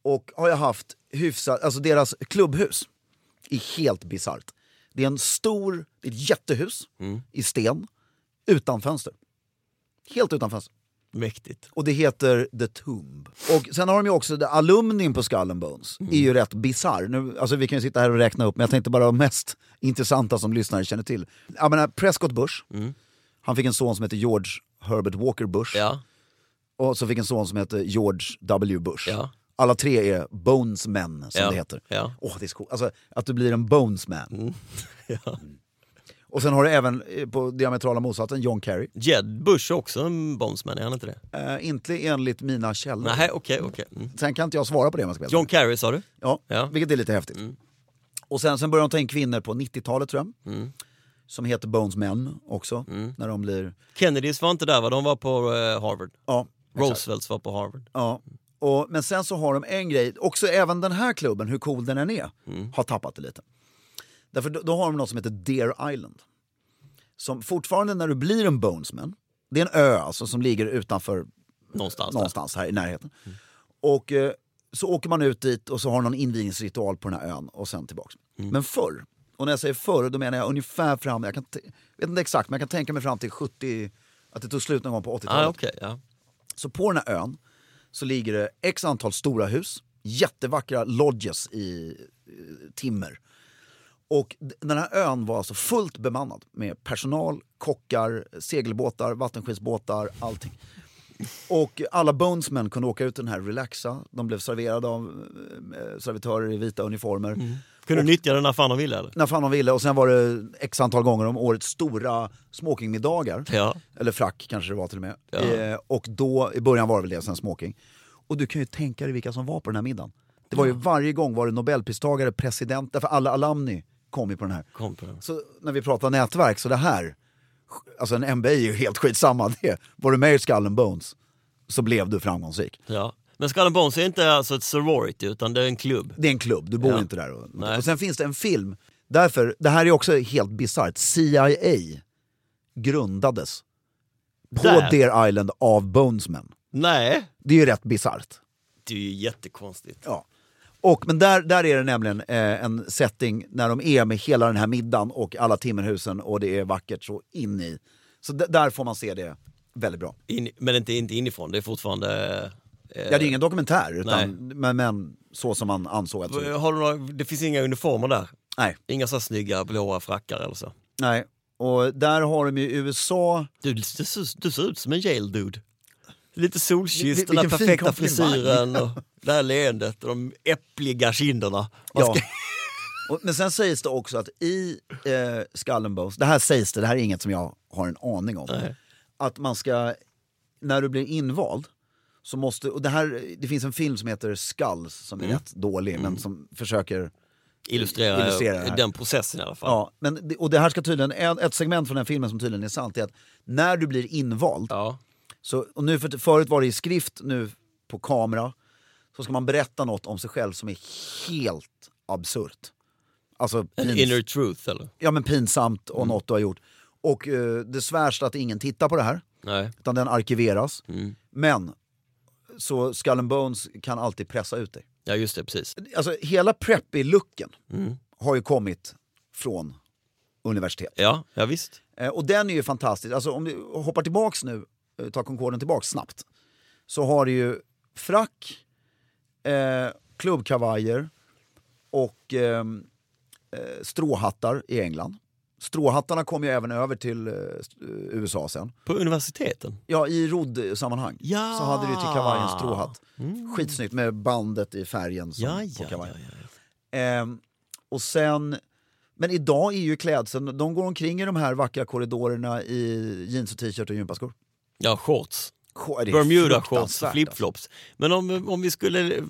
Och har jag haft hyfsat, alltså deras klubbhus är helt bisarrt. Det är en stor, det är ett jättehus i sten, utan fönster. Helt utan fönster. Mäktigt. Och det heter The Tomb. Och sen har de ju också, the alumnin på Skull and Bones Mm. är ju rätt bisarr. Nu, Alltså vi kan ju sitta här och räkna upp, men jag tänkte bara de mest intressanta som lyssnare känner till. Jag menar Prescott Bush, han fick en son som heter George Herbert Walker Bush. Mm. Ja. Och så fick en son som heter George W Bush. Ja. Alla tre är bonesmen som Ja. det heter. Ja. Åh, det är så coolt. Alltså att du blir en bonesman. Mm. Och sen har du även eh, på diametrala motsatsen John Kerry. Jed Bush är också en bombsman, är han inte det? Eh, inte enligt mina källor. Nej, okej, okej. Mm. Sen kan inte jag svara på det om jag ska vara John Kerry sa du? Ja, Ja. vilket är lite häftigt. Och sen, sen börjar de ta in kvinnor på 90-talet tror jag. Som heter Bones Men också. När de blir... Kennedys var inte där va? De var på eh, Harvard. Ja, exakt. Roosevelts var på Harvard. ja. Och, men sen så har de en grej, också även den här klubben, hur cool den än är, har tappat det lite. Därför då, då har de något som heter Deer Island. Som fortfarande när du blir en Bonesman, det är en ö alltså som ligger utanför Någonstans. där. någonstans här i närheten. Och eh, så åker man ut dit och så har någon invigningsritual på den här ön och sen tillbaks. Mm. Men förr, och när jag säger förr då menar jag ungefär fram, jag kan t- vet inte exakt men jag kan tänka mig fram till 70, att det tog slut någon gång på 80-talet. Ah, okej, ja. Så på den här ön så ligger det x antal stora hus, jättevackra lodges i eh, timmer. Och d- den här ön var alltså fullt bemannad med personal, kockar, segelbåtar, vattenskidsbåtar, allting. Och alla bonesmen kunde åka ut i den här relaxa, de blev serverade av eh, servitörer i vita uniformer. Kunde nyttja den när fan de ville eller? När fan de ville och sen var det x antal gånger om årets stora smokingmiddagar. Ja. Eller frack kanske det var till och med. Ja. Eh, och då, i början var det väl det, sen smoking. Och du kan ju tänka dig vilka som var på den här middagen. Det var ju varje gång var det nobelpristagare, president, därför alla alumni kom ju på den här. Kom på den. Så när vi pratar nätverk, så det här Alltså en NBA är ju helt skitsamma. Det. Var du med i Skull and Bones så blev du framgångsrik. Ja. Men Skull and Bones är inte alltså ett sorority utan det är en klubb. Det är en klubb, du bor Ja. inte där. Och, Nej. och sen finns det en film, därför, det här är också helt bisarrt, CIA grundades på Där. Deer Island av Bonesmen. Nej, Det är ju rätt bisarrt. det är ju jättekonstigt. Ja. Och, men där, där är det nämligen eh, en setting när de är med hela den här middagen och alla timmerhusen och det är vackert så in i. Så d- där får man se det väldigt bra. In, men inte, inte inifrån, det är fortfarande... eh, Ja, det är ingen dokumentär, utan, men, men så som man ansåg att... eh, Har du några, det finns inga uniformer där? Nej, Inga så här snygga blåa frackar eller så? nej. Och där har de ju USA... Du, du, ser- du ser ut som en Yale dude. Lite solkysst, Vil- den där vilken fin perfekta komplimang. frisyren och det här leendet och de äppliga kinderna. Man Ja. ska- Och, men sen sägs det också att i eh, Skull and Bones, det här sägs det, det här är inget som jag har en aning om. Att man ska, när du blir invald, så måste, och det, här, det finns en film som heter Skulls som Mm. är rätt dålig men som försöker Illustrera, Illustrera det här. den processen i alla fall. Ja, men, det- och det här ska tydligen, en- ett segment från den filmen som tydligen är sant är att när du blir invald, Ja. så, och nu för, förut var det i skrift, nu på kamera, så ska man berätta något om sig själv som är helt absurt. Alltså En pins, inner truth eller? ja, men pinsamt och något du har gjort. Och eh, det svärs att ingen tittar på det här, Nej. utan den arkiveras. Men så Skull and Bones kan alltid pressa ut dig. Ja just det, precis. Alltså hela preppy-looken har ju kommit från universitet. Ja, ja visst. Eh, Och den är ju fantastisk. Alltså om du hoppar tillbaks nu, eh, tar Concorden tillbaks snabbt. Så har du ju frack, eh, klubbkavajer och ehm, eh, stråhattar i England. Stråhattarna kom ju även över till eh, st- eh, USA sen. På universiteten. Ja, i rodd-sammanhang Ja. Mm. så hade du ju till kavajen stråhatt. Skitsnyggt med bandet i färgen som, Ja, på ja, ja, kavajen. Ehm, och sen, men idag är ju klädseln, de går omkring i de här vackra korridorerna i jeans och t-shirt och gympaskor. ja, shorts. Sjå- det är Bermuda-shorts och fruktansvärt, alltså. flipflops. Men om, om vi skulle eh,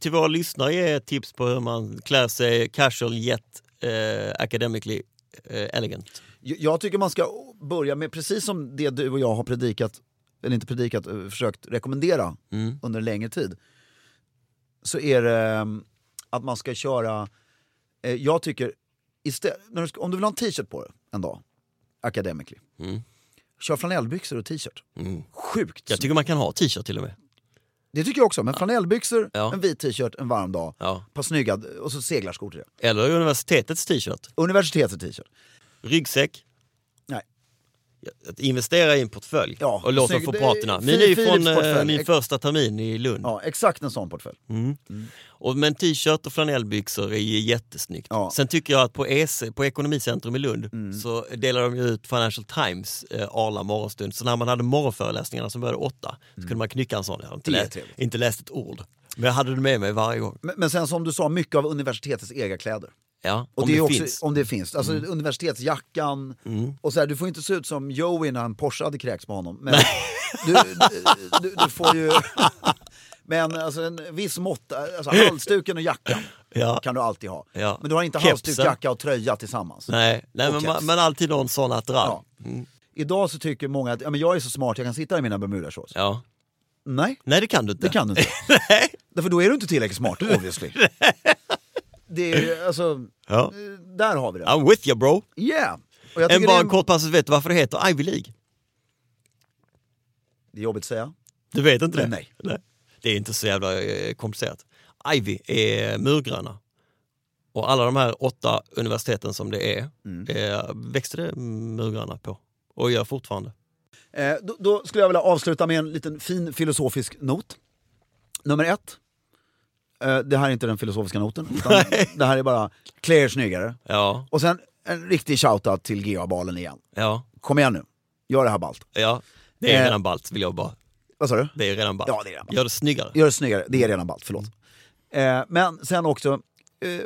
till våra lyssnare ge ett tips på hur man klär sig casual yet eh, academically eh, elegant. alltså. Jag- Jag tycker man ska börja med, precis som det du och jag har predikat, eller inte predikat, eh, försökt rekommendera Mm. under en längre tid. Så är det ehm, att man ska köra, eh, jag tycker, istä- när du ska, om du vill ha en t-shirt på dig en dag, academically, kör flanellbyxor och t-shirt. Sjukt Mm. Jag tycker man kan ha t-shirt till och med. Det tycker jag också, men flanellbyxor, Ja. en vit t-shirt, en varm dag, Ja. ett par snygga och så seglarskor till det. Eller universitetets t-shirt. Universitetets t-shirt. Ryggsäck. Nej. Att investera i en portfölj Ja, och låt dem snygg- få det- prata. Min Fi- är ju Philips från eh, portfölj. min första termin i Lund. Ja, exakt en sån portfölj. Mm. Och, men t-shirt och flanellbyxor är ju jättesnyggt. Ja. Mm. Sen tycker jag att på, EC, på Ekonomicentrum i Lund så delar de ju ut Financial Times eh, arla morgonstund. Så när man hade morgonföreläsningarna som började åtta så kunde man knycka en sån. Jag har inte, Mm. Det är läst, trevligt. inte läst ett ord. Men jag hade det med mig varje gång. Men, men sen som du sa, mycket av universitetets egna kläder. Ja, Och om det det, är också, finns. Mm. Om det finns. Alltså universitetsjackan. Och så här, du får inte se ut som Joey när en Porsche hade kräkts på honom. Men du, du, du får ju... Men alltså en viss måtta, alltså halsduken och jackan Ja. kan du alltid ha. Ja. Men du har inte Kepsen. halsduk, jacka och tröja tillsammans. Nej, nej Och men, keps. man, men alltid någon sån attiralj. Ja. Idag så tycker många att ja, men jag är så smart, jag kan sitta i mina Bermudashorts. Ja. Nej, Nej det kan du inte. det kan du inte. Därför då är du inte tillräckligt smart, obviously. det är ju, alltså, Ja. där har vi det. I'm with you bro. Yeah! Och jag En tycker bara det, är, en kort passus, vet du varför det heter Ivy League? det är jobbigt att säga. Du vet inte det? Nej. Det är inte så jävla eh, komplicerat. Ivy är murgröna. Och alla de här åtta universiteten som det är Mm. eh, växte det murgröna på. Och gör fortfarande. Eh, då, då skulle jag vilja avsluta med en liten fin filosofisk not. Nummer ett. Eh, det här är inte den filosofiska noten. Utan det här är bara klä er snyggare. Ja, Och sen en riktig shoutout till GA-balen igen. ja, Kom igen nu, gör det här ballt. ja. Det är Eh. redan ballt vill jag bara. Vad sa du? Det är redan ballt. Ja, det är redan ballt. Gör det snyggare. Gör det snyggare, det är redan ballt, förlåt. Eh, men sen också, eh,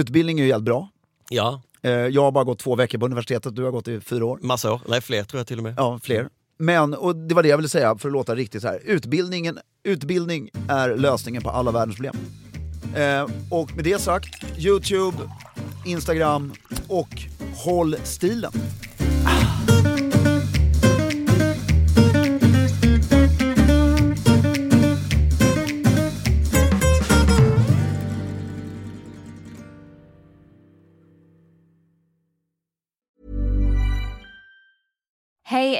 utbildning är ju helt bra. Ja, Eh, jag har bara gått två veckor på universitetet, du har gått i fyra år. massa år. Nej, fler tror jag till och med. Ja, fler. Men, och det var det jag ville säga för att låta riktigt så här. Utbildningen, utbildning är lösningen på alla världens problem. Eh, och med det sagt, Youtube, Instagram och håll stilen. Hey,